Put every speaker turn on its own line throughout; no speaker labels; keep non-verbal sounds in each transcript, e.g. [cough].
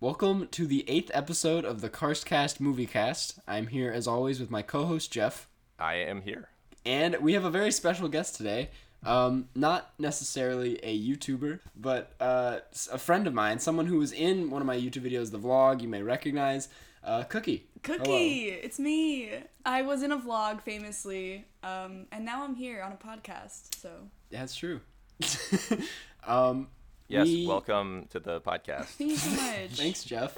Welcome to the eighth episode of the Karstcast Moviecast. I'm here as always with my co-host Jeff,
I am here.
and we have a very special guest today. Um, not necessarily a YouTuber, but uh, s- a friend of mine, someone who was in one of my YouTube videos, the vlog you may recognize, uh, Cookie. Hello.
Cookie, it's me. I was in a vlog famously, um, and now I'm here on a podcast. So
That's true. [laughs] um,
Yes,
we-
welcome to the
[laughs]
podcast.
thank you so much.
Thanks, Jeff.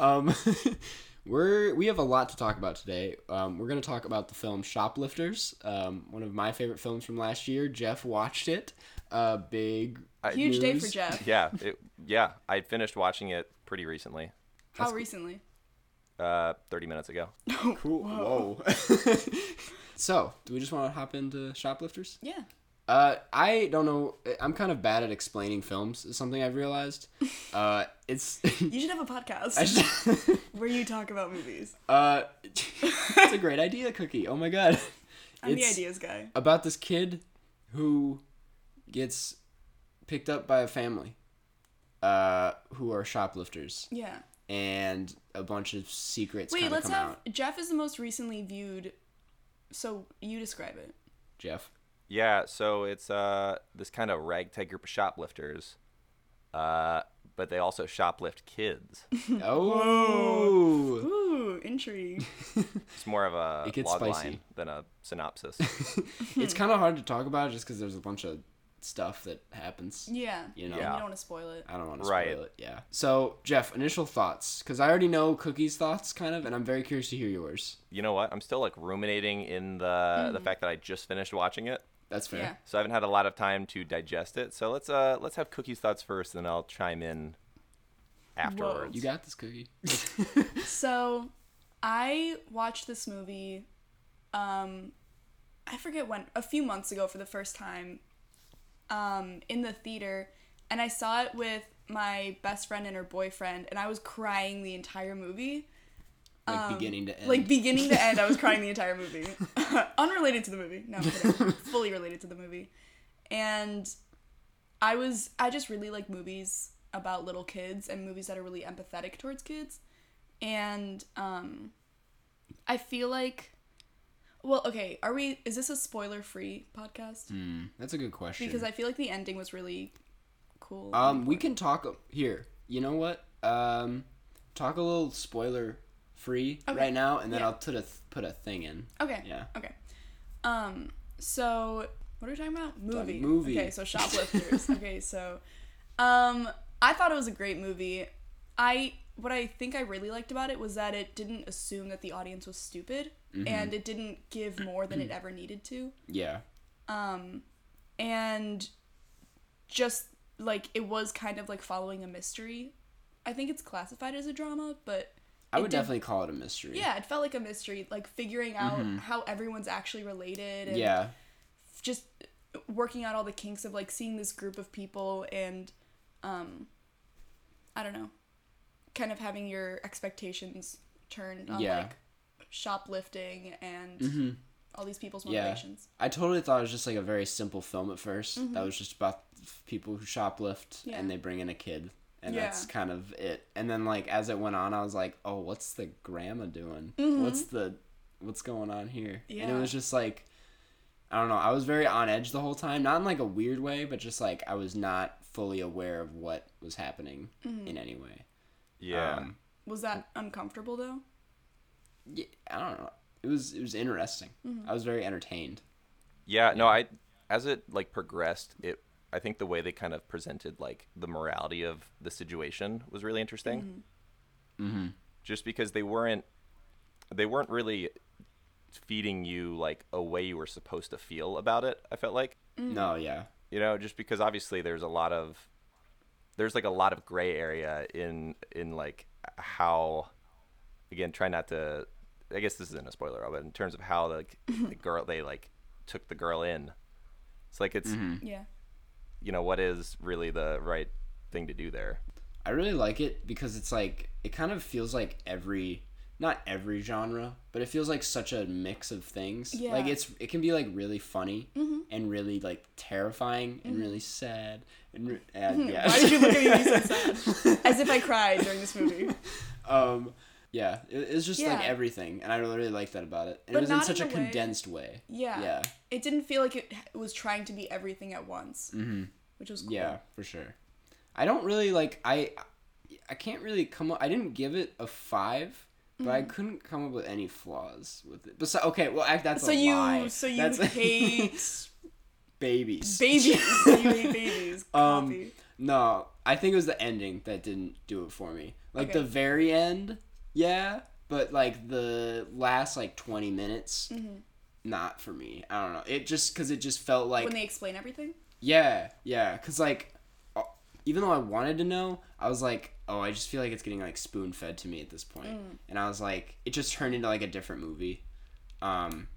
[laughs] um, [laughs] we're we have a lot to talk about today. Um, we're gonna talk about the film Shoplifters, um, one of my favorite films from last year. Jeff watched it. Uh, big
I-
Huge day for
news.
Jeff.
Yeah, it, yeah. I finished watching it pretty recently,
How recently?
uh, 30 minutes ago.
Cool. Whoa. [laughs] so, do we just want to hop into Shoplifters?
Yeah.
Uh, I don't know. I'm kind of bad at explaining films. Is something I've
[laughs]
realized. Uh, it's. [laughs]
You should have a podcast
I just- [laughs]
where you talk about movies.
Uh, [laughs] it's a great idea, Cookie. Oh my god.
I'm
It's
the ideas guy.
about this kid who gets picked up by a family uh, who are shoplifters,
Yeah.
and a bunch of secrets
Wait,
kind of
let's
come
have
out.
Jeff is the most recently viewed. So you describe it. [laughs]
Jeff,
Yeah, so it's uh, this kind of ragtag group of shoplifters, uh, but they also shoplift kids.
[laughs]
oh,
Ooh, intrigue.
It's more of a
[laughs] It gets
log
spicy.
line than a synopsis.
it's kind of hard to talk about just because there's a bunch of stuff that happens.
Yeah.
[laughs] You know.
You
Yeah.
don't want to spoil it.
I don't want to
Right.
spoil it. Yeah. So, Jeff, initial thoughts, because I already know Cookie's thoughts, kind of, and I'm very curious to hear yours.
you know what? I'm still like ruminating in the
Mm.
the fact that I just finished watching it,
That's fair.
Yeah.
so I haven't had a lot of time to digest it. So let's uh, let's have Cookie's thoughts first, and then I'll chime in afterwards.
You got this,
[laughs]
Cookie.
So, I watched this movie. Um, I forget when a few months ago for the first time, um, in the theater, and I saw it with my best friend and her boyfriend, and I was crying the entire movie.
like beginning to end.
Um, Like beginning to end, I was crying the entire movie. [laughs] Unrelated to the movie. No, I'm kidding. fully related to the movie. And I was I just really like movies about little kids and movies that are really empathetic towards kids. And um I feel like well, okay, are we is this a spoiler-free podcast?
That's a good question.
Because I feel like the ending was really cool.
um, we can talk here. You know what? Um, talk a little spoiler free
Okay.
right now, and then
Yeah.
I'll put a th- put a thing in.
Okay.
Yeah.
Okay. Um. So what are we talking about? Movie.
movie.
Okay. So
[laughs]
shoplifters. okay. So, um, I thought it was a great movie. I what I think I really liked about it was that it didn't assume that the audience was stupid,
Mm-hmm.
and it didn't give more
[clears throat]
than it ever needed to,
Yeah.
and just like it was kind of like following a mystery. I think it's classified as a drama, but
I
It
would
did-
definitely call it a mystery.
yeah, it felt like a mystery, like figuring out how everyone's actually related. And
Mm-hmm. Yeah.
just working out all the kinks of like seeing this group of people and um i don't know kind of having your expectations turned on
Yeah. Mm-hmm.
like shoplifting and all these people's
Yeah.
motivations
I totally thought it was just like a very simple film at 1st That was just about f- people who shoplift
Mm-hmm. Yeah.
and they bring in a kid. And
Yeah.
that's kind of it. And then like as it went on, I was like, "Oh, what's the grandma doing? What's the what's going on here?" And it
Mm-hmm. Yeah.
was just like I don't know. I was very on edge the whole time, not in like a weird way, but just like I was not fully aware of what was happening
Mm-hmm.
in any way.
yeah.
Um,
was that uncomfortable though
yeah, I don't know. It was it was interesting.
Mm-hmm.
I was very entertained.
Yeah, no, I as it like progressed, it I think the way they kind of presented like the morality of the situation was really interesting. Mm-hmm. Just because they weren't they weren't really feeding you like a way you were supposed to feel about it, I felt like.
Mm-hmm.
No, yeah.
You know, just because obviously there's a lot of there's like a lot of gray area in in like how again try not to I guess this isn't a spoiler, but in terms of how like
[laughs]
the girl they like took the girl in. It's like it's
Mm.
yeah
you know what is really the right thing to do there.
I really like it because it's like it kind of feels like every not every genre, but it feels like such a mix of things.
Yeah. Mm-hmm.
Like it's it can be like really funny and really like terrifying and really sad and
[laughs]
re- and yeah.
Why did
[laughs]
Mm-hmm. you look at me when you said sad? As if I cried during this movie.
um yeah it, it's just like
Yeah.
everything and i really, really liked that about it and
But
it was in
not
such
in
a
the way-
condensed way
Yeah.
yeah
It didn't feel like it was trying to be everything at once, mm-hmm. which was cool.
yeah for sure i don't really like i i can't really come up i didn't give it a five but
Mm.
i couldn't come up with any flaws with it Besi okay well I, that's
So
a
you,
lie.
so you
That's- [laughs]
hate
babies [laughs]
babies. [laughs] you hate babies.
Um,
Copy.
No, I think it was the ending that didn't do it for me. Like
Okay.
the very end, yeah, but like the last like 20 minutes,
Mm-hmm.
not for me. I don't know. It just because it just felt like
when they explain everything.
yeah, yeah. Because like uh, even though I wanted to know, I was like, oh, I just feel like it's getting like spoon fed to me at this point, and I was like, it just turned into like a different movie. Um,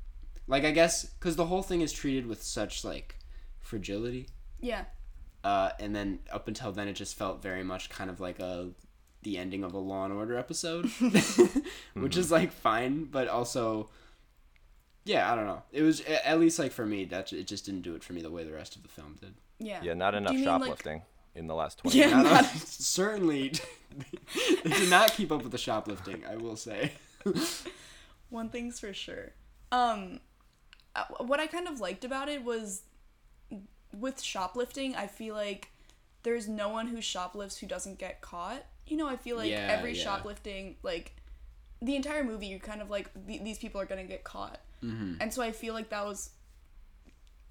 like I guess because the whole thing is treated with such like fragility
Yeah.
uh, and then up until then, it just felt very much kind of like a the ending of a Law and Order episode, [laughs] which is like fine, but also, yeah, I don't know. It was a- at least like for me that it just didn't do it for me the way the rest of the film did.
Yeah.
Yeah, not enough
you mean, like-
shoplifting in the
[laughs]
last 20
Yeah.
minutes.
I don't- [laughs] certainly, they did not keep up with the shoplifting. I will say.
One thing's for sure. Um, uh, what I kind of liked about it was with shoplifting, I feel like there's no one who shoplifts who doesn't get caught. You know, I feel like
Yeah,
every
yeah.
shoplifting, like the entire movie, you're kind of like, "The- these people are going to get caught.
Mm-hmm.
And so I feel like that was,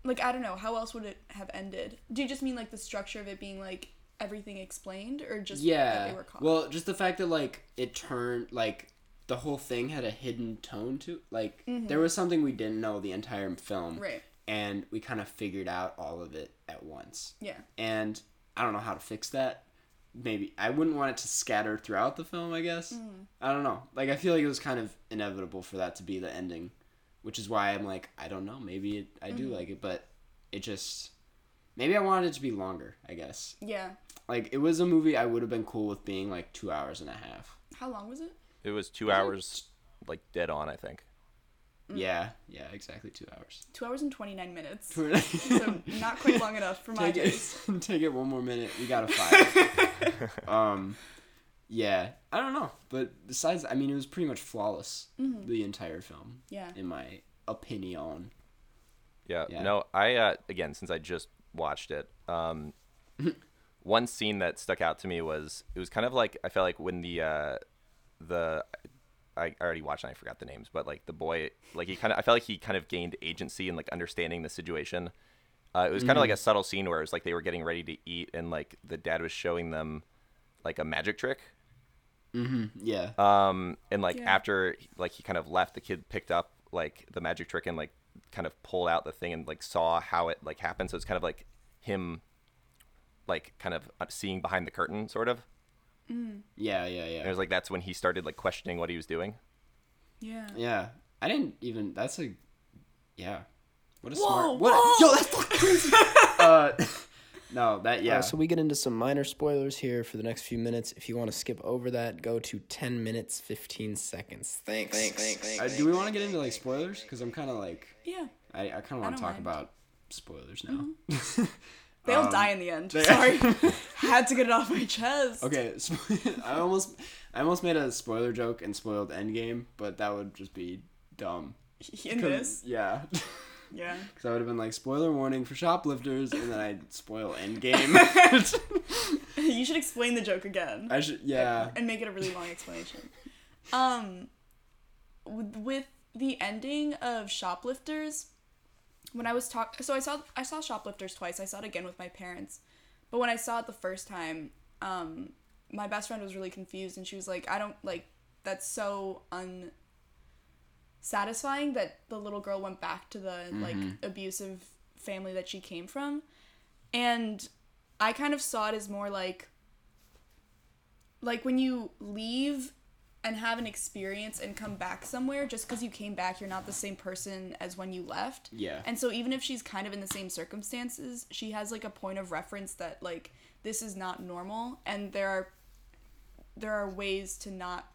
like, I don't know, how else would it have ended? Do you just mean like the structure of it being like everything explained or just that
Yeah.
they were caught?
Well, just the fact that like it turned like the whole thing had a hidden tone to like there was something we didn't know the entire film.
Mm-hmm. Right.
And we kind of figured out all of it at once.
yeah.
And I don't know how to fix that. Maybe I wouldn't want it to scatter throughout the film, I guess. I don't know. Like I feel like it was kind of inevitable for that to be the ending, which is why I'm like I don't know, maybe it, I do like it, but it just maybe I wanted it to be longer, I guess
Yeah.
like it was a movie I would have been cool with being like two hours and a half.
How long was it?
It was two hours, like dead on, I think.
Yeah, yeah, exactly two hours. [laughs]
Two hours and 29 minutes.
take
so not quite long enough for my
it,
taste.
[laughs] take it one more minute. We
[laughs]
got a five. um, yeah, I don't know, but besides, I mean, it was pretty much flawless the entire film,
Mm-hmm. Yeah.
in my opinion.
Yeah.
Yeah.
No, I uh, again since I just watched it, um, one scene that stuck out to me was it was kind of like I felt like when the uh, the I I already watched and I forgot the names, but like the boy, like he kind of I felt like he kind of gained agency and like understanding the situation. Uh, it was kind of like a subtle scene where it was like they were getting ready to eat and like the dad was showing them like a magic trick
Yeah,
Uh,
um and like
Yeah.
after like he kind of left the kid picked up like the magic trick and like kind of pulled out the thing and like saw how it like happened so it's kind of like him like kind of uh, seeing behind the curtain sort of
yeah, yeah,
and it
yeah,
was like that's when he started like questioning what he was doing
Yeah.
yeah. I didn't even. That's a, yeah. What a
Whoa,
smart. What a,
whoa!
yo, that's fucking
[laughs]
crazy. uh, [laughs] no, that yeah.
Uh, so we get into some minor spoilers here for the next few minutes. If you want to skip over that, go to 10 minutes 15 seconds. Thanks.
Uh, do we want to get into like spoilers? Because I'm kind of like
Yeah.
I, I kind of want
don't
to talk
mind. Mm-hmm.
about spoilers now.
They all die in the end. Sorry. Had to get it off my chest.
okay, [laughs] spo- I almost I almost made a spoiler joke and spoiled Endgame, but that would just be dumb.
In
'Cause-
this.
yeah, [laughs]
Yeah. [laughs]
because I would have been like spoiler warning for shoplifters, and then I'd spoil
[laughs]
Endgame.
you should explain the joke again.
I should yeah
and make it a really long explanation. Um, with, with the ending of Shoplifters, when I was talk, so I saw I saw Shoplifters twice. I saw it again with my parents, but when I saw it the first time, um, my best friend was really confused, and she was like, "I don't like that's so unsatisfying that the little girl went back to the like abusive family that she came from and i kind of saw it as more like like when you leave and have an experience and come back somewhere just because you came back you're not the same person as when you left
Yeah.
and so even if she's kind of in the same circumstances she has like a point of reference that like this is not normal and there are there are ways to not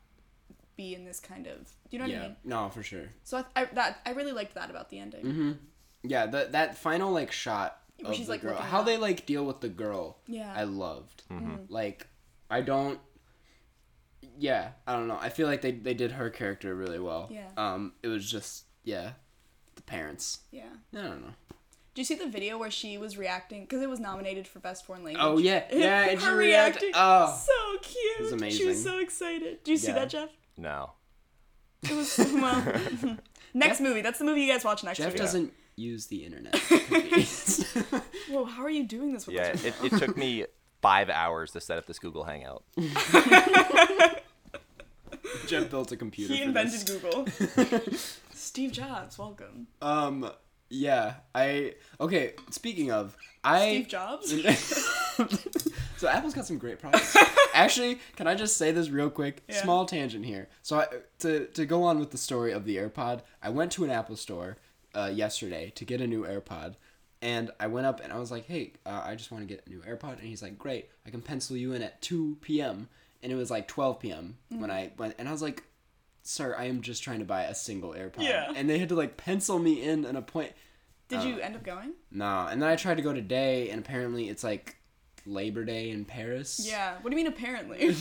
be in this kind of you know what i
yeah
mean
no for sure Mm-hmm.
so I, I that i really liked that about the ending
Yeah, that that final like shot
Where
of
she's,
the
like,
girl,
looking
how
up.
they like deal with the girl.
Yeah. Mm-hmm.
I loved. Like, I don't. Yeah, I don't know. I feel like they they did her character really well.
Yeah.
Um, it was just yeah, the parents.
Yeah.
I don't know.
Do you see the video where she was reacting? Because it was nominated for best foreign language.
Oh
[laughs]
yeah, yeah. And she
Her
react-
reacting.
Oh,
so cute.
was
She was
amazing.
so excited. Do you see
Yeah.
that, Jeff?
No.
It was well.
[laughs]
[laughs] next movie. That's the movie you guys watch next.
Jeff
week.
doesn't use the
[laughs]
internet. Cookies.
Whoa, how are you doing this with
Yeah,
us?
it, it took me [laughs] five hours to set up this Google
[laughs]
Hangout.
Jeff built a computer.
He
for this.
invented Google.
[laughs]
Steve Jobs, welcome.
Um. Yeah. I. Okay. Speaking of, I.
Steve Jobs?
[laughs] so Apple's got some great
[laughs]
products. Actually, can I just say this real quick?
Yeah.
Small tangent here. So I, to to go on with the story of the AirPod, I went to an Apple store uh, yesterday to get a new AirPod, and I went up and I was like, "Hey, uh, I just want to get a new AirPod," and he's like, "Great, I can pencil you in at two p.m." And it was like twelve p.m. when
Mm.
I went, and I was like, "Sir, I am just trying to buy a single AirPod,"
Yeah.
and they had to like pencil me in an appointment.
Did
Oh.
you end up going?
No, and then I tried to go today, and apparently it's like Labor Day in Paris. [laughs]
Yeah. What do you mean apparently?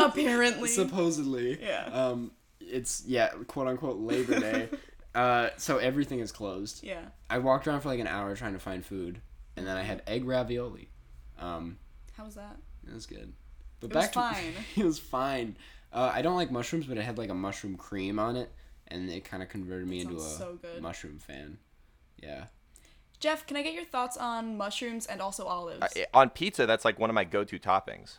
apparently.
Supposedly.
Yeah.
Um, it's yeah, quote unquote Labor
[laughs]
Day. uh, so everything is closed.
yeah.
I walked around for like an hour trying to find food, and then I had egg ravioli. Um,
How was that?
it was good. But
It was
back to [laughs]
fine.
it was fine. Uh, I don't like mushrooms, but it had like a mushroom cream on it, and it kind of converted me
That
into a
sounds so good.
mushroom fan. Yeah.
Jeff, can I get your thoughts on mushrooms and also olives?
Uh,
I- Eh, on pizza, that's like one of my go-to toppings.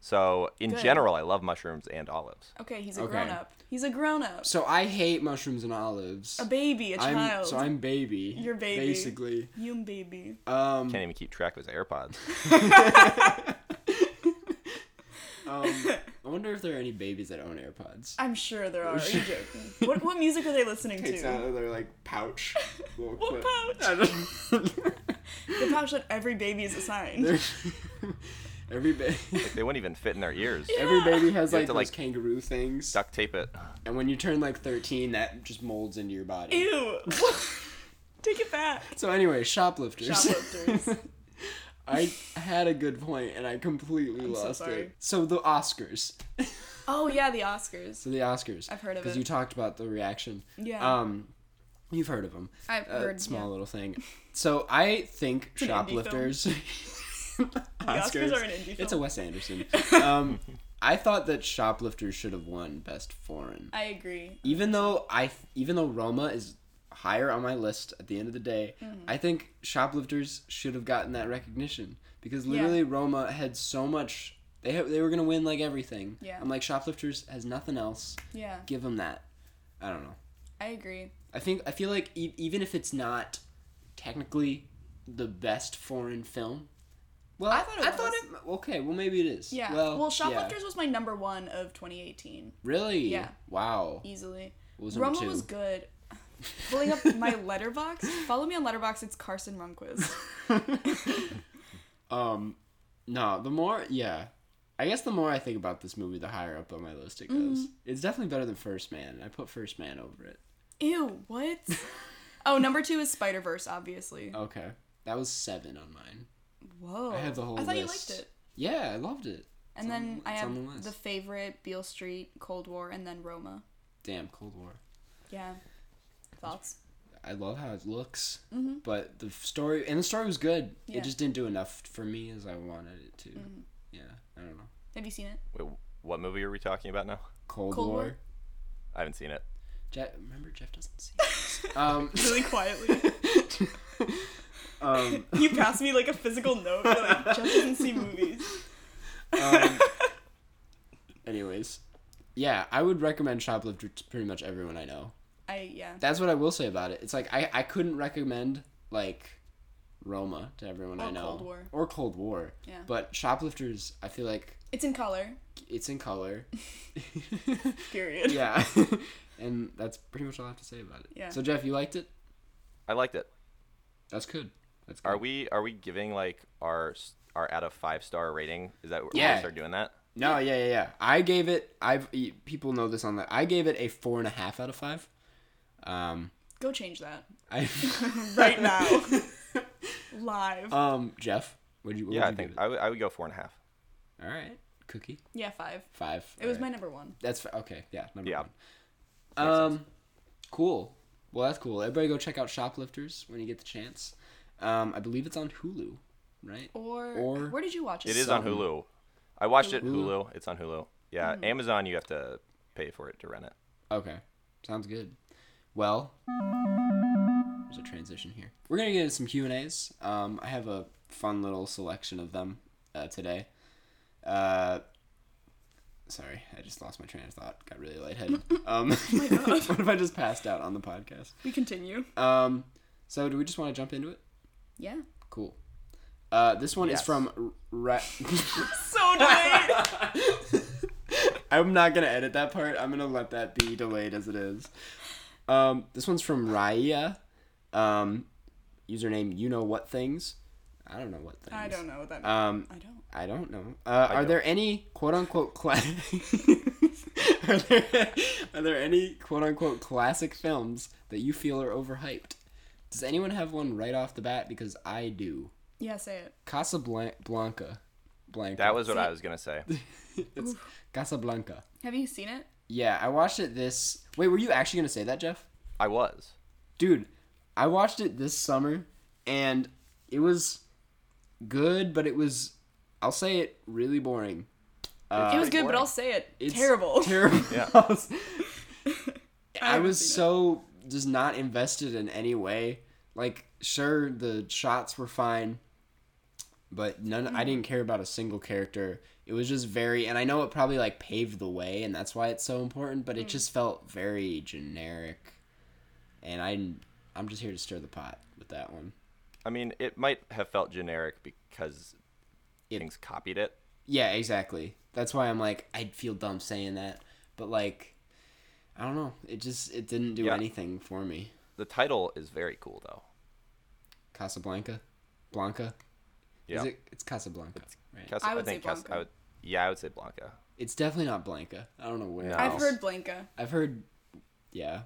So in
Good.
general, I love mushrooms and olives.
okay, he's a
Okay.
grown up. He's a grown up.
So I hate mushrooms and olives.
A baby, a
I'm
child.
so I'm baby.
You're baby.
Basically.
Yum baby.
Um
Can't even keep track of his AirPods.
I wonder if there are any babies that own AirPods.
I'm sure
[laughs]
there are. Are you joking? what, what music are they listening to?
It's out of their like pouch. Little
[laughs] What
clip.
pouch?
I don't-
The pouch that every baby is assigned.
[laughs] every
[laughs]
ba-
they wouldn't even fit in their ears.
every baby has
You have
like
to,
those
like,
kangaroo things.
Duct tape it.
And when you turn like 13, that just molds into your body.
Ew. [laughs] Take it
[laughs]
back.
So anyway, shoplifters.
Shoplifters.
[laughs] I had a good point and I completely
so
lost
sorry.
it. So the Oscars.
Oh yeah, the Oscars.
So the Oscars.
I've heard of
Because
it.
you talked about the reaction.
Yeah.
Um, you've heard of them.
I've
a
heard,
small
yeah.
little thing. So I think
an indie film. [laughs]
shoplifters. [laughs]
Oscars are an indie
It's a
film.
Wes Anderson.
[laughs]
Um, I thought that shoplifters should have won best foreign.
I agree.
Even though I, even though Roma is higher on my list at the end of the day,
Mm-hmm.
I think shoplifters should have gotten that recognition because literally Roma had so much. They ha- they were gonna win like everything.
Yeah.
I'm like shoplifters has nothing else.
Yeah,
Give them that. I don't know.
I agree.
I think I feel like e- even if it's not technically the best foreign film, well, I
thought it
it- okay, well, maybe it is.
Yeah. Well,
Well,
Shoplifters
yeah.
was my number one of 2018,
Really?
Yeah.
Wow.
easily.
What was number
Roma
two? [laughs]
was good. Pulling up my letterbox. Follow me on letterbox. It's
[laughs]
Carson Rumquist.
Um, no, the more, yeah, I guess the more I think about this movie, the higher up on my list it goes.
Mm-hmm.
It's definitely better than First Man. I put First Man over it.
Ew. What? Oh, number two is Spider Verse, obviously.
Okay, that was seven on mine.
Whoa.
Uh, I have the whole.
Oh, I thought
list.
you liked it.
Yeah, I loved it.
And
on
then
the-
I
it's
have
on the
the,
list.
favorite Beale Street, Cold War, and then Roma.
Damn, Cold War.
Yeah. Thoughts?
I love how it looks, but the f- story and the story was good.
Mm-hmm. Yeah. Mm-hmm.
It just didn't do enough for me as I wanted it to. Yeah, I don't know.
Have
[laughs]
you seen it?
Wait, what movie are we talking about now?
Cold,
Cold
War.
War?
I haven't seen it.
Jeff, remember Jeff doesn't
[laughs]
see. these. um,
Really quietly.
um,
[laughs] you passed me like a physical note. You're like, Jeff doesn't
[laughs]
see movies.
um, anyways, yeah, I would recommend Shoplifter to pretty much everyone I know.
I yeah.
That's what I will say about it. It's like I I couldn't recommend like Roma to everyone I
Or
know
Oh, Cold War.
or Cold War.
Yeah.
But Shoplifters, I feel like
It's in color.
it's in
[laughs]
color.
Period.
yeah [laughs] and that's pretty much all i have to say about it
Yeah.
so jeff you liked it
I liked it.
that's good that's good
Are we are we giving like our s- our out of five star rating? Is that where
Yeah.
we start doing that?
no yeah yeah yeah i gave it i've e- people know this on the i gave it a four and a half out of five um
Go change that
I [laughs]
right now, [laughs] live.
um Jeff, would you? What
Yeah,
would
I
you
think
give
I would I would go four and a half.
it? All right, Cookie
yeah, five.
five.
It was
All right.
my number one.
That's fi- okay. Yeah, number
Yeah.
one. Um, cool. Well, that's cool. Everybody go check out Shoplifters when you get the chance. Um, I believe it's on Hulu, right?
Or,
Or-
where did you watch it?
It is on
Some-
Hulu. I watched it
Hulu.
Hulu. It's on Hulu. Yeah,
Mm.
Amazon you have to pay for it to rent it.
Okay, sounds good. Well, there's a transition here. We're gonna get into some Q and A's. Um, I have a fun little selection of them uh, today. Uh, sorry, I just lost my train of thought. Got really lightheaded. Um, [laughs] what if I just passed out on the podcast?
We continue.
Um, so do we just want to jump into it?
Yeah.
Cool. Uh, this one is
Yes.
from. Ra-
So delayed.
I'm not gonna edit that part. I'm gonna let that be delayed as it is. Um, this one's from Raya. Um, username you know what things. I don't know what things.
[laughs] I don't know what that means.
Um,
I don't.
I don't know. Uh, are
don't.
there any quote unquote cla- [laughs] are, there, are there any quote unquote classic films that you feel are overhyped? Does anyone have one right off the bat? Because I do.
Yeah, say it.
Casablanca. Blanca. Blanca.
That was what
See-
I was
[laughs]
gonna say.
it's Casablanca.
Have you seen it?
Yeah, I watched it this. Wait, were you actually gonna say that, Jeff?
I was.
Dude, I watched it this summer, and it was good, but it was, I'll say it, really boring. Uh,
it was good, but
boring.
I'll say it.
It's
terrible. [laughs]
Terrible.
Yeah.
[laughs] I
haven't
was
seen
so just not invested in any way. Like, sure, the shots were fine, but none. I didn't care about a single character. It was just very, and I know it probably like paved the way, and that's why it's so important. But it just felt very generic, and I, I'm just here to stir the pot with that one.
I mean, it might have felt generic because
It-
things copied it.
Yeah, exactly. That's why I'm like, I'd feel dumb saying that, but like, I don't know. It just it didn't do
Yeah.
anything for me.
The title is very cool though.
Casablanca, Blanca.
Yeah.
Is it? It's Casablanca, right?
Cas-
I would say
Cas-
Blanca.
I would, yeah, I would say Blanca.
it's definitely not Blanca. I don't know where.
No.
I've,
I've heard Blanca. [laughs]
heard. Yeah.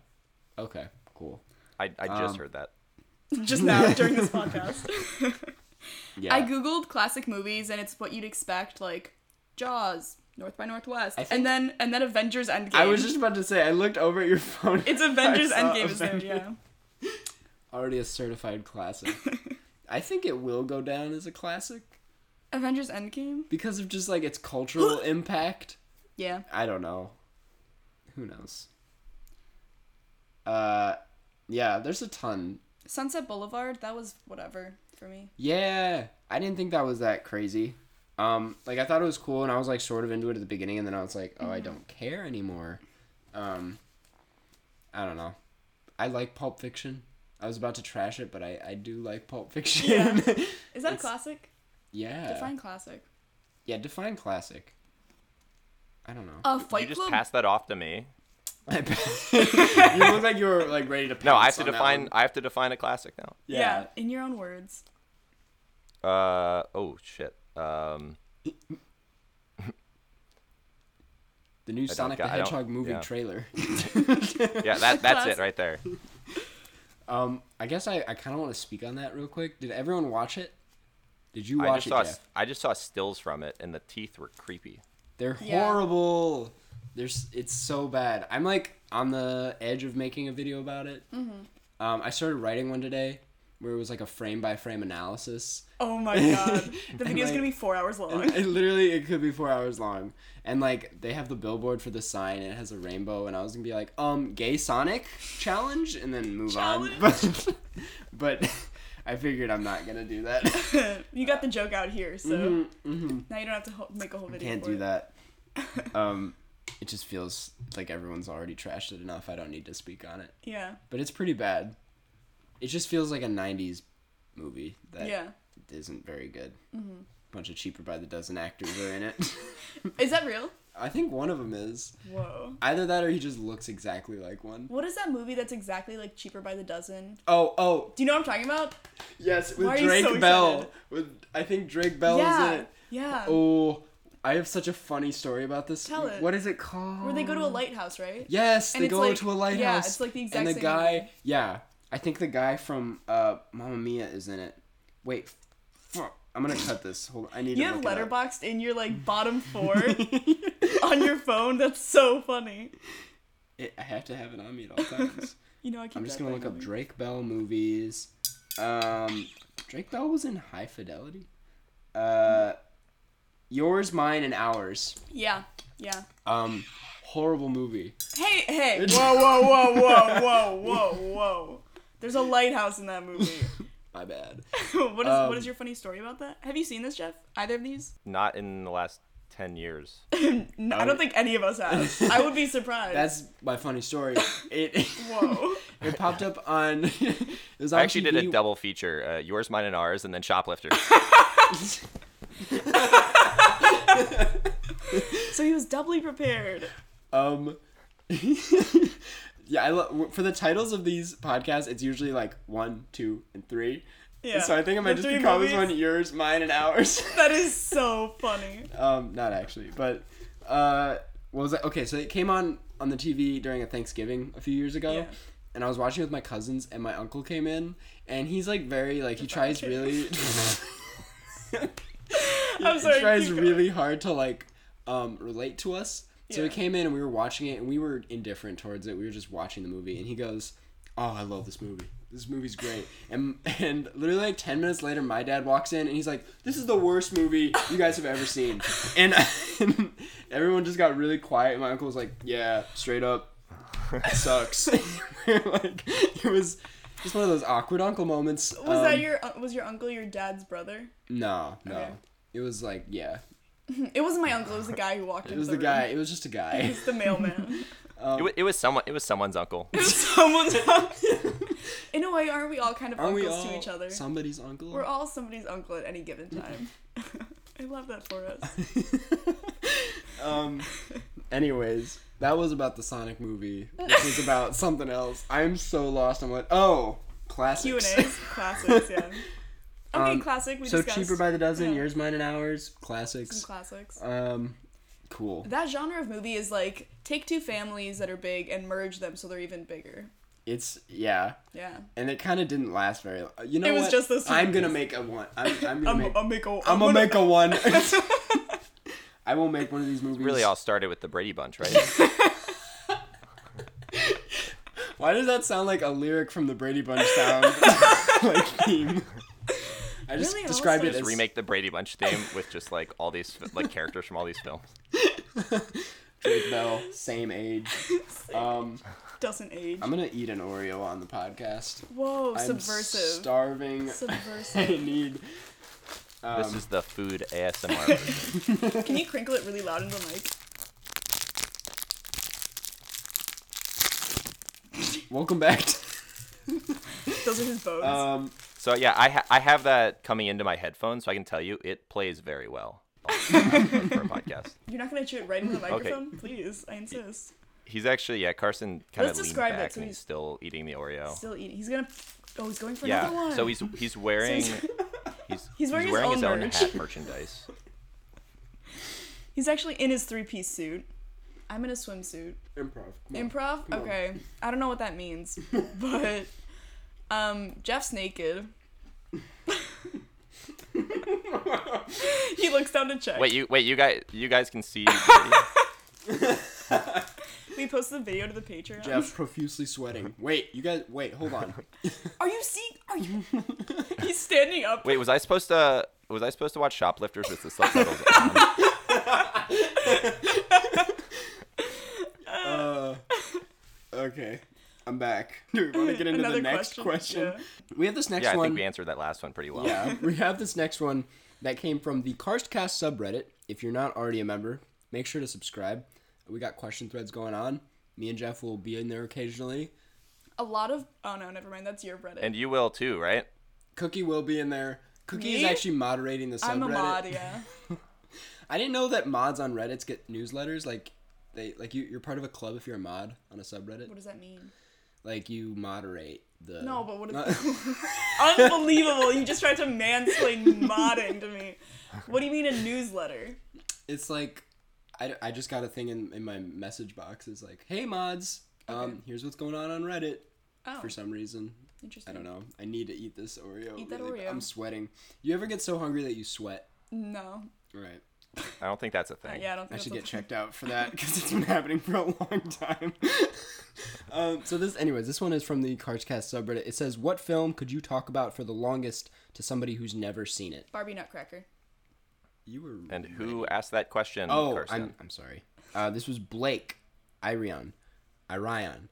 Okay. Cool.
I, I just
Um,
heard that.
[laughs]
Just now during this podcast.
Yeah.
I googled classic movies and it's what you'd expect, like Jaws, North by Northwest,
I think-
and then and then Avengers Endgame.
I was just about to say. I looked over at your phone.
It's
[laughs] I
Avengers
saw
Endgame is there,
Avengers.
yeah.
Already a certified
[laughs]
classic. I think it will go down as a classic
Avengers Endgame?
because of just like its cultural
[gasps]
impact.
Yeah.
I don't know. Who knows? Uh, yeah. There's a ton.
Sunset Boulevard, that was whatever for me.
Yeah, I didn't think that was that crazy. Um, like I thought it was cool, and I was like sort of into it at the beginning, and then I was like, oh, I don't care anymore. Um, I don't know. I like Pulp Fiction. I was about to trash it, but I I do like Pulp Fiction. Yeah.
Is that a classic?
[laughs] yeah.
Define classic.
Yeah. Define classic. I don't know. [laughs]
A Fight
you just
Club?
passed that off to me.
[laughs] you look like you were like ready to.
No, I
pounce
have to
on that
define.
one.
I have to define a classic now.
yeah.
yeah.
in your own words.
Uh oh shit. Um,
The new
don't
Sonic the
got- I don't-
Hedgehog movie
yeah.
trailer. [laughs]
yeah,
[laughs]
that that's
Classic.
it right there.
Um, I guess I, I kind of want to speak on that real quick. Did everyone watch it? Did you
I
watch
just
it,
saw
Jeff?
I just saw stills from it, and the teeth were creepy.
They're
Yeah.
horrible. There's it's so bad. I'm like on the edge of making a video about it. Um, I started writing one today where it was like a frame by frame
[laughs]
analysis.
Oh my god. The video's
like-
gonna be four hours long.
And it literally it could be four hours long. And like they have the billboard for the sign and it has a rainbow and I was gonna be like, um, gay Sonic challenge and then move on. [laughs] But but I figured I'm not gonna do that.
[laughs]
[laughs]
you got the joke out here, so
mm-hmm.
now you don't have to ho- make a whole video.
can't
for
do
it.
that.
[laughs]
Um, it just feels like everyone's already trashed it enough. I don't need to speak on it,
Yeah.
but it's pretty bad. It just feels like a '90s movie that
Yeah.
not very good. Mm-hmm. Bunch of cheaper by the dozen actors are in it. [laughs]
Is that real?
I think one of them is
Whoa.
either that or he just looks exactly like one.
What is that movie that's exactly like cheaper by the dozen?
Oh, oh,
Do you know what I'm talking about?
yes,
Why
with
are you
Drake
so
Bell.
excited?
With I think Drake Bell is
yeah.
in it.
Yeah.
Oh, I have such a funny story about this.
Tell it.
What is it called?
Where they go to a lighthouse, right?
Yes,
And
they
it's
go
like-
to a
yeah,
lighthouse.
it's like the exact
And the
same
guy,
movie.
yeah, I think the guy from uh, Mamma Mia is in it. Wait, fuck. I'm gonna cut this. Hold, on. I need
You
to
have
look it up.
letterboxed in your like bottom four on your phone. That's so funny.
[laughs] It, I have to have it on me at all times.
You know I [laughs] keep.
I'm just
that
gonna
thing
look up
going.
Drake Bell movies. Um, Drake Bell was in High Fidelity. Uh, Yours, Mine, and Ours.
Yeah, yeah.
Um, horrible movie.
Hey, hey! Whoa, whoa, whoa, whoa, whoa, whoa, whoa! There's a lighthouse in that movie. [laughs]
My bad.
what is
Um,
what is your funny story about that? Have you seen this, Jeff? Either of these?
Not in the last ten years.
No, I don't think any of
[laughs]
us have. I would be surprised.
That's my funny story. It [laughs]
whoa. [laughs]
it popped up on. [laughs] it was on
I actually did a
TV.
double feature: uh, yours, mine, and ours, and then
[laughs]
shoplifters.
So he was doubly prepared.
Um, [laughs] yeah, I lo- for the titles of these podcasts, it's usually like one, two, and three.
Yeah.
So I think I might
The
just
three
be calling e- this
movies.
one yours, mine, and ours. [laughs]
That is so funny.
um, not actually, but uh, what was that? Okay, so it came on on the TV during a Thanksgiving a few years ago.
Yeah.
And I was watching with my cousins, and my uncle came in, and he's like very like he tries really.
[laughs] I'm
He
sorry.
tries
keep going.
really hard to like um, relate to us. So he
Yeah.
came in and we were watching it and we were indifferent towards it. We were just watching the movie and he goes, "Oh, I love this movie. This movie's great." And and literally like ten minutes later, my dad walks in and he's like, "This is the worst movie you guys have ever seen." And, and everyone just got really quiet. And my uncle was like, "Yeah, straight up, it sucks." [laughs] We're like it was just one of those awkward uncle moments.
Was that
Um,
your uh, was your uncle your dad's brother?
No, no.
Okay.
It was like yeah,
It wasn't my uncle. It was the guy who walked in.
It was the
[laughs]
guy. It was just a
It
guy.
was the mailman.
it, wa- it was someone. It was someone's uncle.
it [laughs] was someone's uncle. In a way, aren't we all kind
[laughs]
of
Aren't we
uncles
all Mm-hmm.
to each other?
somebody's uncle?
We're all somebody's uncle at any given time. [laughs] I love that for us.
[laughs] [laughs] um. Anyways, that was about the Sonic movie. This is
[laughs]
about something else. I'm so lost on what. Oh,
Q and
classics.
A's, [laughs] classics, yeah. Okay,
Um,
classic. We
so
discussed
cheaper by the dozen,
Yeah.
yours, mine, and ours.
some
Classics.
classics.
Um, cool.
That genre of movie is like take two families that are big and merge them so they're even bigger.
It's yeah,
Yeah.
and it kind of didn't last very. long. You know
It was
what?
just those two
I'm gonna
movies.
make a one. I'm, I'm
[laughs]
gonna
I'm,
make.
I'm, make a,
I'm gonna
[laughs]
make a one. I will make one of these movies.
Really, all started with the Brady Bunch,
[laughs]
right?
Why does that sound like a lyric from the Brady
[laughs]
Bunch sound [laughs] like theme? I just
Really, it
described
also-
it
just
as
remake the Brady Bunch theme with just like all these like characters from all these films.
Drake Bell, same age. [laughs] Um,
doesn't age.
I'm gonna eat an Oreo on the podcast.
Whoa,
I'm
subversive.
Starving. [laughs] I
subversive.
need. Um,
this is the food ASMR.
[laughs]
version.
Can you crinkle it really loud in the mic?
[laughs] welcome
[laughs]
back. To,
Those are his bones.
um,
so yeah, I ha- I have that coming into my headphones, so I can tell you it plays very well
[laughs]
for a podcast.
You're not gonna chew
[laughs]
it right into the
Okay.
microphone, please. I insist.
He's actually yeah. Carson kind
Let's
of leaned
describe it,
back
so
and
he's-
he's still eating the Oreo.
Still eating. He's gonna. Oh, he's going for another
yeah.
one.
So he's he's wearing
he's-
he's
[laughs] He's wearing his own merch.
hat
[laughs]
merchandise.
He's actually in his three-piece suit. I'm in a swimsuit.
improv. come on.
Improv?
on.
Okay. I don't know what that means,
[laughs]
but um, Jeff's naked. [laughs]
[laughs]
he looks down to check.
Wait, you wait you guys you guys can
[laughs]
see. Brady?
We posted the video to the Patreon.
Jeff profusely sweating. Wait, you guys. Wait, hold on.
Are you seeing? [laughs] Are
[laughs]
you? He's standing up.
Wait, was I supposed to? Was I supposed to watch Shoplifters with the
[laughs]
subtitles on?
Uh, okay, I'm back. Do we
[laughs]
want to get into the next question?
Yeah.
We have this next
Yeah, I
one.
think we answered that last one pretty well.
yeah, we have this next one that came from the Karstcast subreddit. If you're not already a member, make sure to subscribe. We got question threads going on. Me and Jeff will be in there occasionally.
A lot of. Oh no, never mind. That's your Reddit.
And you will too, right?
Cookie will be in there. Cookie is
Me?
actually moderating the subreddit.
I'm a mod. Yeah.
I didn't know that mods on Reddit's get newsletters. Like they like you, you're part of a club if you're a mod on a subreddit.
What does that mean?
Like you moderate the.
No,
[laughs]
but what?
Not-
[laughs] Unbelievable! You just tried to mansplain modding to me. What do you mean a newsletter?
it's like I, I just got a thing in, in my message box. It's like, hey mods, um,
Okay.
here's what's going on on Reddit.
Oh,
For some reason, I
interesting.
don't know. I need to eat this Oreo.
Eat that
really-
Oreo.
I'm sweating. You ever get so hungry that you sweat?
No.
All right.
I don't think that's a
Uh,
thing.
yeah, I don't
I
think
should
Oh, that's
get
a-
checked out for
[laughs]
that because it's been happening for a long time. [laughs] um, so this, anyways, this one is from the Cardscast subreddit. It says, "What film could you talk about for the longest to somebody who's never seen it?"
Barbie Nutcracker.
You were
And who asked that question,
Oh,
Carson?
I'm, I'm sorry. Uh, this was Blake Irion, Irion,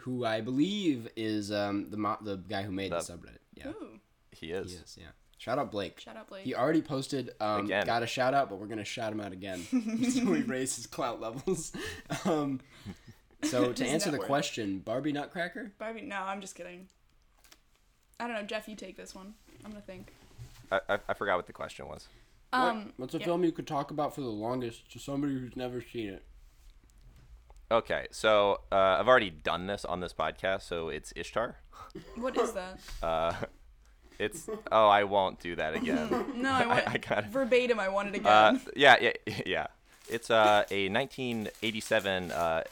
who I believe is um, the mo- the guy who made the,
The-
subreddit. Yeah,
Ooh,
He is.
he is. Yeah. Shout out Blake.
Oh. shout out Blake.
He already posted. Um,
Again.
Got a shout out, but we're gonna shout him out
[laughs]
again. so we raise his clout levels. [laughs] Um, so to
His
answer the
network.
question, Barbie Nutcracker.
Barbie. No, I'm just kidding. I don't know, Jeff. You take this one. I'm gonna think.
I, I, I forgot what the question was.
Um,
what, what's a
yeah.
film you could talk about for the longest to somebody who's never seen it?
Okay, so uh, I've already done this on this podcast, so it's Ishtar.
What is that?
Uh, it's oh, I won't do that
[laughs]
again.
No, I want
I got it.
verbatim. I want it again. [laughs]
Uh, yeah, yeah, yeah. It's uh, a 1987 uh,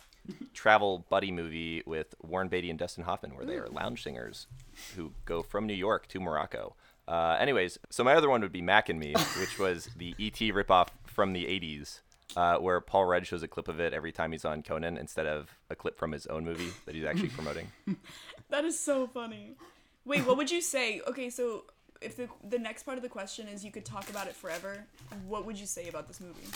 travel buddy movie with Warren Beatty and Dustin Hoffman, where they are lounge singers who go from New York to Morocco. Uh, anyways, so my other one would be Mac and Me, which was the ET ripoff from the 80s, uh, where Paul Rudd shows a clip of it every time he's on Conan instead of a clip from his own movie that he's actually promoting.
That is so funny. Wait, what would you say? Okay, so if the the next part of the question is you could talk about it forever, what would you say about this movie?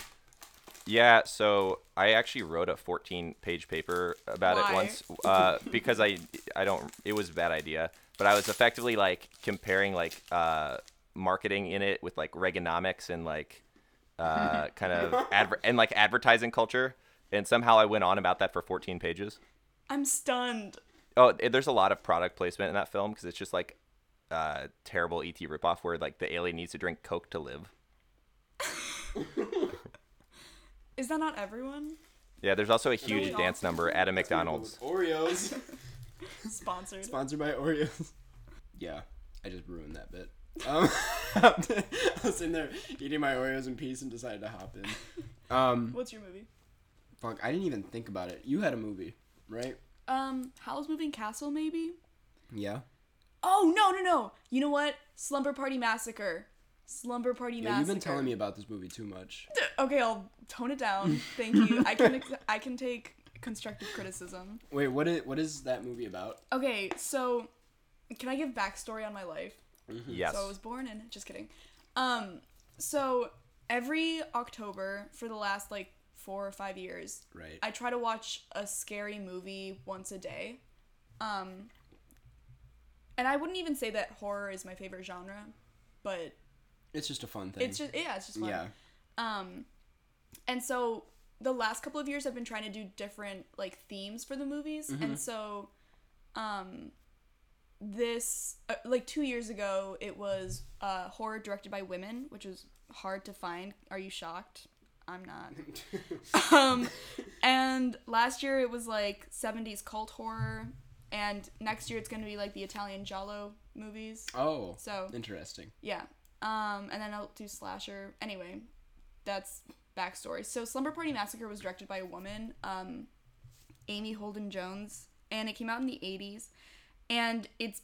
Yeah, so I actually wrote a 14-page paper about
Why?
it once uh, because I I don't it was a bad idea, but I was effectively like comparing like uh, marketing in it with like Reaganomics and like uh, kind
[laughs]
of adver- and like advertising culture, and somehow I went on about that for 14 pages.
I'm stunned.
Oh, it- there's a lot of product placement in that film because it's just like uh, terrible ET ripoff where like the alien needs to drink Coke to live.
Is that not everyone
Yeah, there's also a
we
huge
all
dance number at a McDonald's.
Oreos.
sponsored?
Sponsored by Oreos. [laughs] Yeah, I just ruined that bit. Um, [laughs] I was in there eating my Oreos in peace and decided to hop in. Um,
What's your movie?
fuck, I didn't even think about it. You had a movie, right?
Um, Howl's Moving Castle, maybe.
Yeah.
Oh no no no! You know what? Slumber Party Massacre. Slumber Party
Yeah,
Massacre.
you've been telling me about this movie too much.
Okay, I'll tone it down. Thank you. I can ex- I can take constructive criticism.
Wait, what is what is that movie about?
Okay, so can I give backstory on my life?
Yes.
Mm-hmm. So I was born in. Just kidding. Um, so every October for the last like four or five years,
Right.
I try to watch a scary movie once a day. Um, and I wouldn't even say that horror is my favorite genre, but
it's just a fun thing.
it's just yeah, it's just fun.
yeah.
Um, and so the last couple of years, I've been trying to do different like themes for the movies, and so, um, this uh, like two years ago, it was uh, horror directed by women, which was hard to find. Are you shocked? I'm not. um, and last year it was like 70s cult horror, and next year it's gonna be like the Italian giallo movies.
Oh.
So
Interesting.
yeah. Um, and then I'll do slasher. Anyway, that's backstory. So Slumber Party Massacre was directed by a woman, um, Amy Holden Jones, and it came out in the '80s, and it's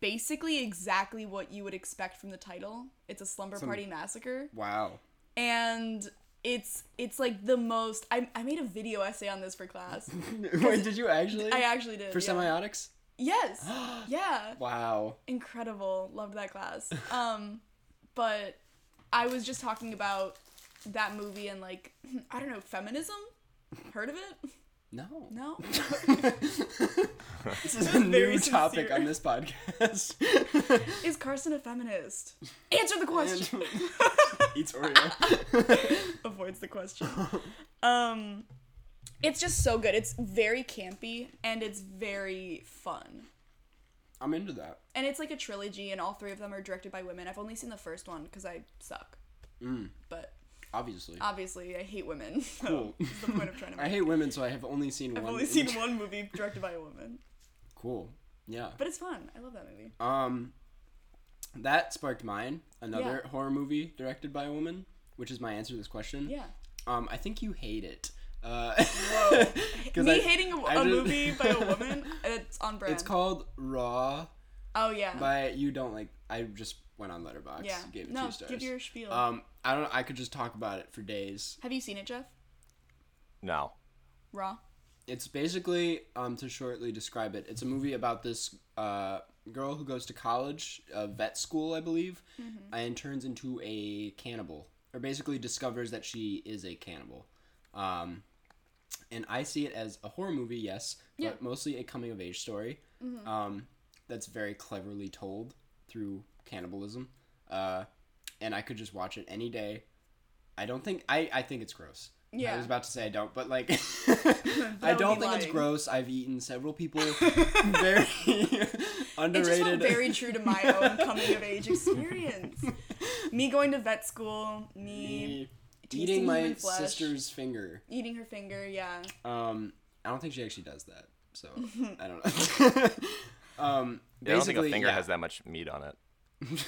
basically exactly what you would expect from the title. It's a slumber party massacre, [laughs]
Wow.
and it's it's like the most. I I made a video essay on this for class.
Wait, did you actually?
I actually did
for
yeah.
semiotics?
Yes. yeah
Wow.
incredible loved
[laughs]
that class um but i was just talking about that movie and like [clears throat] i don't know feminism heard of it
No.
no
[laughs] This is a
very
new topic
sincere.
on this podcast.
is carson
[laughs]
a feminist answer the question
Eats Oreo.
[laughs] avoids the question
[laughs]
um it's just so good it's very campy and it's very fun
I'm into that.
and it's like a trilogy and all three of them are directed by women i've only seen the first one because i suck
Mm.
but
Obviously.
obviously i hate women [laughs] so
Cool.
that's the point of trying to
[laughs] I hate women, so I have only seen
I've
one.
only seen one movie directed by a woman,
Cool. Yeah.
but it's fun. I love that movie.
Uh, Um, that sparked mine. Another horror movie directed by a woman, which is my answer to this question.
Yeah.
Um, I think you hate it. Uh, [laughs]
Me hating a, a movie by a woman, it's on brand.
It's called Raw
oh yeah.
by you don't like. I just went on Letterbox.
yeah.
and Gave it
no,
two stars.
give your spiel.
um, I don't. I could just talk about it for days.
Have you seen it, Jeff?
No.
Raw.
It's basically, um, to shortly describe it, it's a movie about this uh, girl who goes to college, uh, vet school, I believe,
Mm-hmm.
and turns into a cannibal, or basically discovers that she is a cannibal. Um, and I see it as a horror movie, yes,
Yeah. Mm-hmm.
but mostly a coming of age story um, that's very cleverly told through cannibalism. Uh, and I could just watch it any day. I don't think I, I think it's gross. I
Yeah.
was about to say I don't, but
[laughs]
like [laughs] I
would
don't
be
think it's
lying.
gross. I've eaten several
[laughs]
people very [laughs]
It just felt
underrated.
very true to my
[laughs]
own coming of age experience. me going to vet school, me
Me
tasting
eating my
human flesh.
sister's finger.
eating her finger,
[laughs]
yeah.
Um, I don't think she actually does that.
[laughs]
So I don't know. [laughs] um,
Yeah, I don't think a
basically,
finger
yeah.
has that much
[laughs]
meat on it.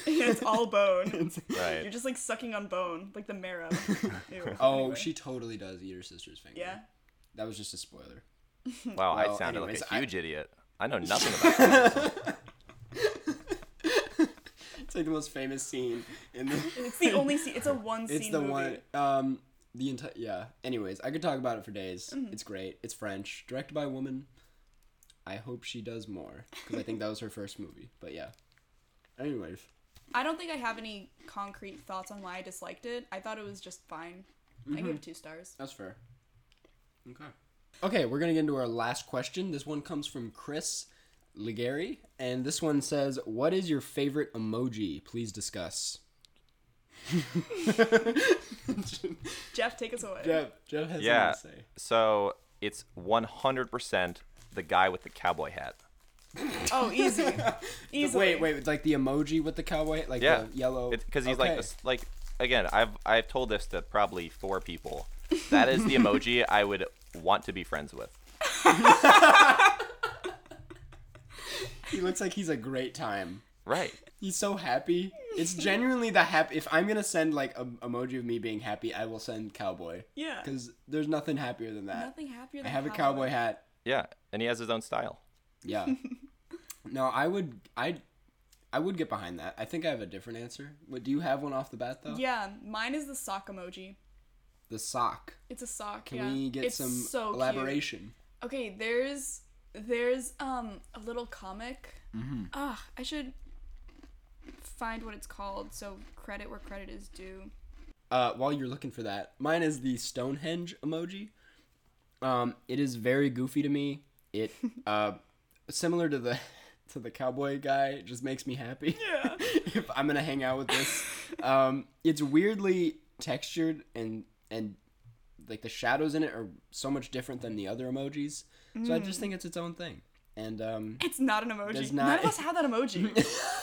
it's all bone.
Right.
You're just like sucking on bone, like the marrow.
[laughs]
Ew.
Oh,
Anyway.
she totally does eat her sister's finger.
Yeah.
That was just a spoiler. [laughs]
Wow, I
Well,
sounded
anyways,
like a
I-
huge idiot.
[laughs]
I know nothing about that.
It's like the most famous scene in
[laughs]
the.
It's the only scene. It's a one scene.
It's the
movie.
one. Um, the entire yeah. Anyways, I could talk about it for days. It's great. It's French, directed by a woman. I hope she does more because I think that was her first movie. But yeah. Anyways,
I don't think I have any concrete thoughts on why I disliked it. I thought it was just fine. I
Mm-hmm.
give it two stars.
that's fair. Okay. Okay, we're gonna get into our last question. This one comes from Chris Ligeri, and this one says, "What is your favorite emoji? Please discuss." [laughs]
Jeff, take us away.
Jeff, Jeff has
yeah.
something to say.
So it's 100% the guy with the cowboy hat.
Oh,
[laughs]
easy. Easily.
Wait, wait, it's like the emoji with the cowboy, like
Yeah.
the yellow.
Because he's
Okay.
like this, like again, I've I've told this to probably four people. That is
[laughs]
the emoji I would want to be friends with.
he looks like he's a great time.
Right.
He's so happy. It's genuinely the happy. If I'm gonna send like a emoji of me being happy, I will send cowboy.
Yeah.
Because there's nothing happier than that.
Nothing happier
I
than
have a cowboy hat.
Yeah, and he has his
[laughs]
own style.
Yeah.
[laughs]
no, I would. I. I would get behind that. I think I have a different answer. What do you have one off the bat though?
Yeah, mine is the sock emoji.
The sock.
It's a sock.
Can
yeah.
we get
it's
some
so cute.
elaboration?
Okay, there's there's um a little comic.
Mm-hmm.
Ah, I should find what it's called. So credit where credit is due.
uh, while you're looking for that, mine is the Stonehenge emoji. Um, it is very goofy to me. It uh, similar to the [laughs] to the cowboy guy, it just makes me happy. Yeah. [laughs] if I'm gonna hang out with this, um, it's weirdly textured and and like the shadows in it are so much different than the other emojis. So I just think it's its own thing. And um,
It's not an emoji.
Does
None
not-
of us have
[laughs]
that emoji.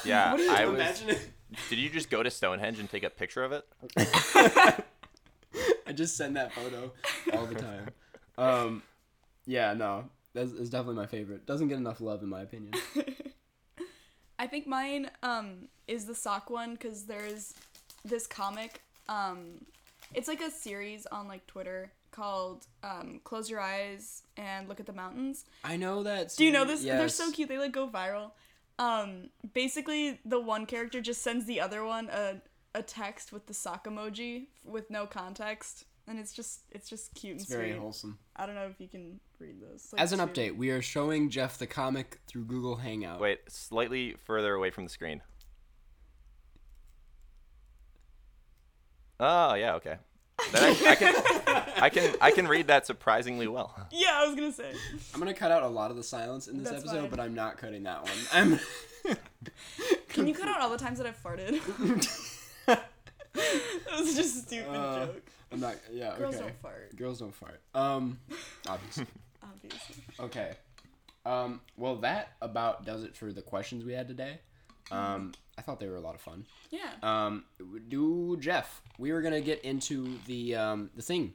Yeah, I was.
it.
Did you just go to Stonehenge and take a picture of it?
I just send that photo all the time. Um, yeah, no, that's, that's definitely my favorite. Doesn't get enough love in my opinion.
I think mine um is the sock one because there's this comic um it's like a series on like Twitter called um Close Your Eyes and Look at the Mountains.
[laughs] I know that.
Do you know this? They're so cute. They like go viral. Um basically the one character just sends the other one a a text with the sock emoji with no context and it's just it's just cute and
It's very
sweet.
wholesome.
I don't know if you can read this.
As an update, we are showing Jeff the comic through Google Hangout.
Wait, slightly further away from the screen. Oh yeah, okay. Then I, I can, I can, I can read that surprisingly well.
Yeah, I was going to say.
I'm gonna cut out a lot of the silence in this
That's
episode,
fine.
but I'm not cutting that one. [laughs] I'm. [laughs]
Can you cut out all the times that I've farted? that was just a stupid
Uh,
joke.
I'm not. Yeah.
Girls
okay.
don't fart,
Girls don't fart. Um,
[laughs]
obviously.
obviously.
Okay. Um, well, that about does it for the questions we had today. Um, I thought they were a lot of fun.
Yeah.
Um, do Jeff, we were gonna get into the um, the thing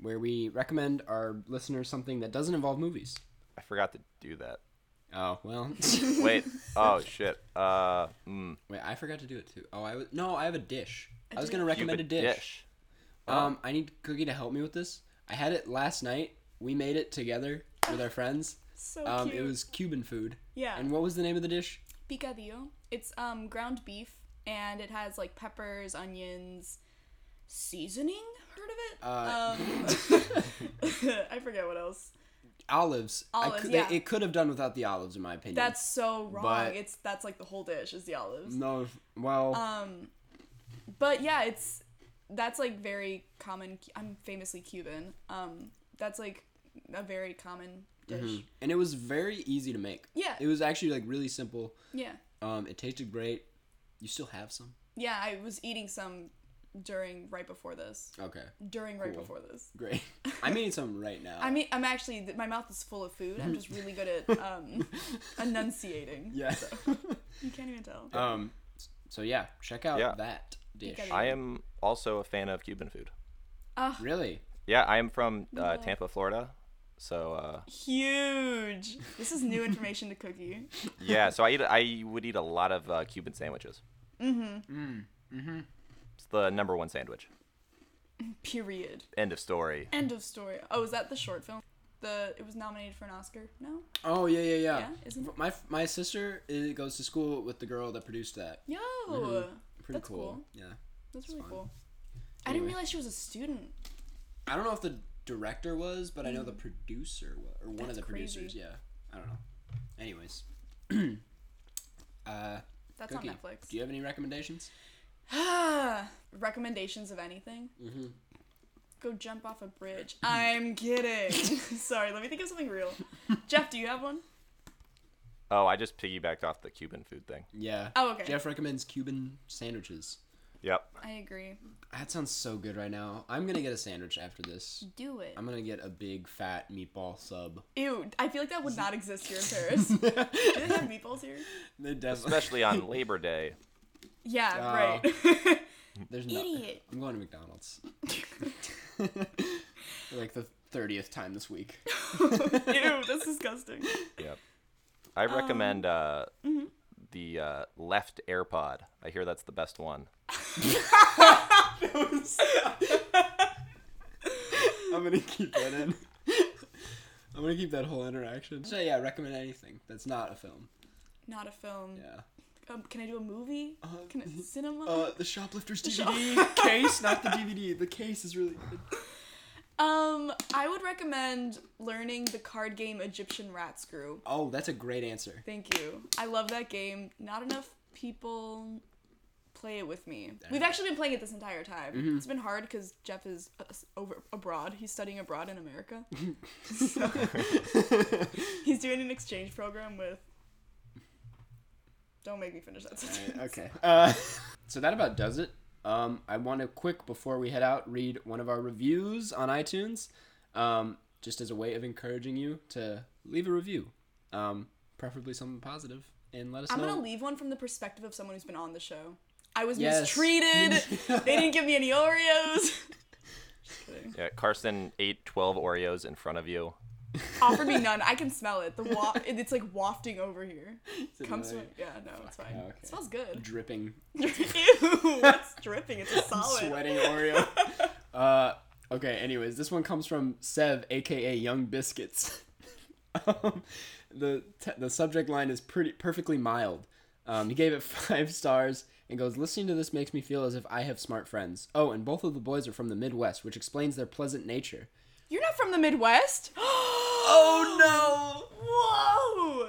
where we recommend our listeners something that doesn't involve movies.
I forgot to do that.
Oh
[laughs]
well.
Wait. Oh shit. Uh. Mm,
Wait, I forgot to do it too. Oh, I was no, I have a dish. I was gonna
you
recommend
a
a dish. Um, I need Cookie to help me with this. I had it last night. We made it together with our friends.
[laughs] So
Um,
cute.
it was Cuban food.
Yeah.
And what was the name of the dish?
picadillo. It's um ground beef and it has like peppers, onions, seasoning. Heard
Uh,
of
[laughs]
it? um, [laughs] I forget what else.
Olives. I
Olives,
cou-
yeah.
It could have done without the olives, in my opinion.
That's so wrong.
But-
it's that's like the whole dish is the olives.
no. Well,
Um, but yeah, it's that's like very common. I'm famously Cuban. Um, that's like a very common dish.
and it was very easy to make.
Yeah.
It was actually like really simple.
Yeah,
Um, it tasted great. You still have some?
yeah. I was eating some during right before this.
Okay.
During right
Cool.
before this. [laughs]
Great. I'm eating some right now.
I mean, I'm actually th- my mouth is full of food. I'm just really
[laughs]
good at um, enunciating. [laughs]
yeah.
You can't even tell.
[laughs] um. So yeah, check out
Yeah.
that dish.
Picadillo.
I am also a fan of Cuban food.
Really?
Yeah, I am from uh, Tampa, Florida. So uh,
Huge. This
[laughs]
is new information to Cookie.
yeah, so I eat I would eat a lot of uh, Cuban sandwiches. Mm-hmm. Mm-hmm. It's the number one sandwich.
Period.
End of story.
End of story. Oh, is that the short film? The it was nominated for an Oscar. No.
Oh yeah, yeah, yeah.
Yeah, isn't it?
My my sister is, goes to school with the girl that produced that.
Yo.
Pretty
That's
cool.
cool.
Yeah.
That's really
fun.
cool. I didn't
Anyway.
realize she was a student.
I don't know if the director was, but I know the producer was, or one of
Mm. That's
the
crazy.
producers. Yeah. I don't know. Anyways. [clears throat] uh,
That's
Cookie,
on Netflix.
do you have any recommendations?
[sighs] Recommendations of anything? Mm-hmm. Go jump off a bridge. I'm kidding. [laughs] Sorry, let me think of something real. Jeff, do you have one?
Oh, I just piggybacked off the Cuban food thing.
Yeah.
Oh, okay.
Jeff recommends Cuban sandwiches.
Yep.
I agree.
That sounds so good right now. I'm gonna get a sandwich after this.
Do it.
I'm gonna get a big fat meatball sub.
Ew, I feel like that would not exist here
[laughs]
in Paris. do they have meatballs here?
They definitely.
Especially on Labor Day.
Yeah,
Oh.
right.
There's
[laughs]
no.
Idiot.
I'm going to
[laughs]
McDonald's. [laughs] For like the thirtieth time this
[laughs]
week.
Ew, that's disgusting.
Yep. I recommend uh, the uh, left AirPod. I hear that's the best one.
I'm gonna keep that in. [laughs] I'm gonna keep that whole interaction. So yeah, recommend anything that's not a film.
Not a film.
Yeah. Uh-huh.
Um, can I do a movie? can it cinema?
Uh, the shoplifters DVD case,
[laughs]
not the DVD. The case is really good.
um, I would recommend learning the card game Egyptian Rat Screw.
Oh, that's a great answer.
Thank you. I love that game. Not enough people play it with me. We've actually been playing it this entire time.
Mm-hmm.
It's been hard because Jeff is uh, s- over abroad. He's studying abroad
[laughs]
in America. [laughs] so, he's doing an exchange program with. Don't make me finish that sentence.
Okay. [laughs] Uh, so that about does it. Um, I want to quick before we head out read one of our reviews on iTunes, um, just as a way of encouraging you to leave a review, um, preferably something positive, and let us
I'm
know.
gonna leave one from the perspective of someone who's been on the show. I was
Yes.
mistreated. they didn't give
[laughs]
me any Oreos. Just kidding.
Yeah, Carson ate 12 Oreos in front of you.
Offered me none. I can smell it. The wa- it- it's like wafting over here. Comes from
annoying.
yeah, no, it's fine.
Oh, okay.
It smells good.
dripping,
[laughs] Ew, what's
[laughs]
dripping? It's a
Oh,
solid.
sweating
[laughs]
Oreo. uh, okay. Anyways, this one comes from Sev, aka Young Biscuits. [laughs] um, the t- the subject line is pretty perfectly mild. Um, he gave it [laughs] five stars and goes, "Listening to this makes me feel as if I have smart friends. Oh, and both of the boys are from the Midwest, which explains their pleasant nature.
You're not from the Midwest. [gasps] oh no!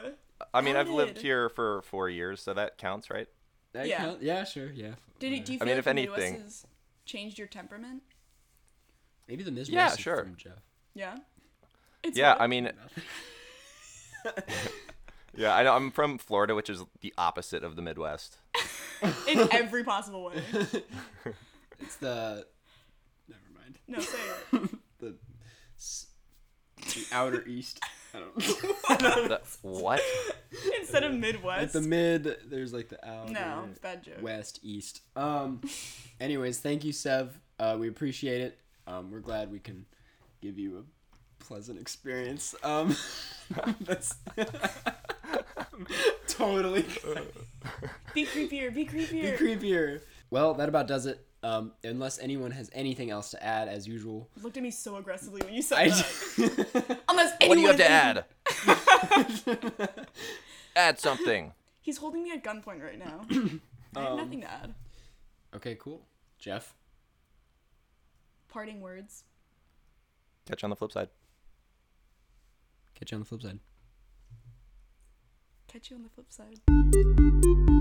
Whoa!
I mean, I've lived
Outed.
here for four years, so that counts, right?
That
Yeah.
count- yeah, sure, yeah.
Did you, do you
I
feel
mean,
like
if
the Midwest
anything-
has changed your temperament?
Maybe the Midwest.
Yeah,
is
sure.
From Jeff.
Yeah. It's
Yeah,
what?
I mean, [laughs] yeah, I know. I'm from Florida, which is the opposite of the Midwest. [laughs]
in every possible way.
It's the. Never mind.
No, say it.
The. s- The outer east. I don't know. [laughs]
The- what?
[laughs] Instead of Midwest.
the mid there's like the outer
no, it's a bad joke.
west east
[laughs]
um anyways thank you sev uh we appreciate it um we're glad we can give you a pleasant experience um [laughs] that's [laughs] totally
Be creepier. Be creepier.
creepier well that about does it Um, unless anyone has anything else to add, as
[laughs]
usual.
Looked at me so aggressively when you said
I
that.
[laughs]
Unless
What do you have
anyone
to
is-
add? add something.
He's holding me at gunpoint right now. I
Um,
have nothing to add.
okay, cool. Jeff,
Parting words.
Catch you on the flip side.
catch you on the flip side.
Catch you on the flip side.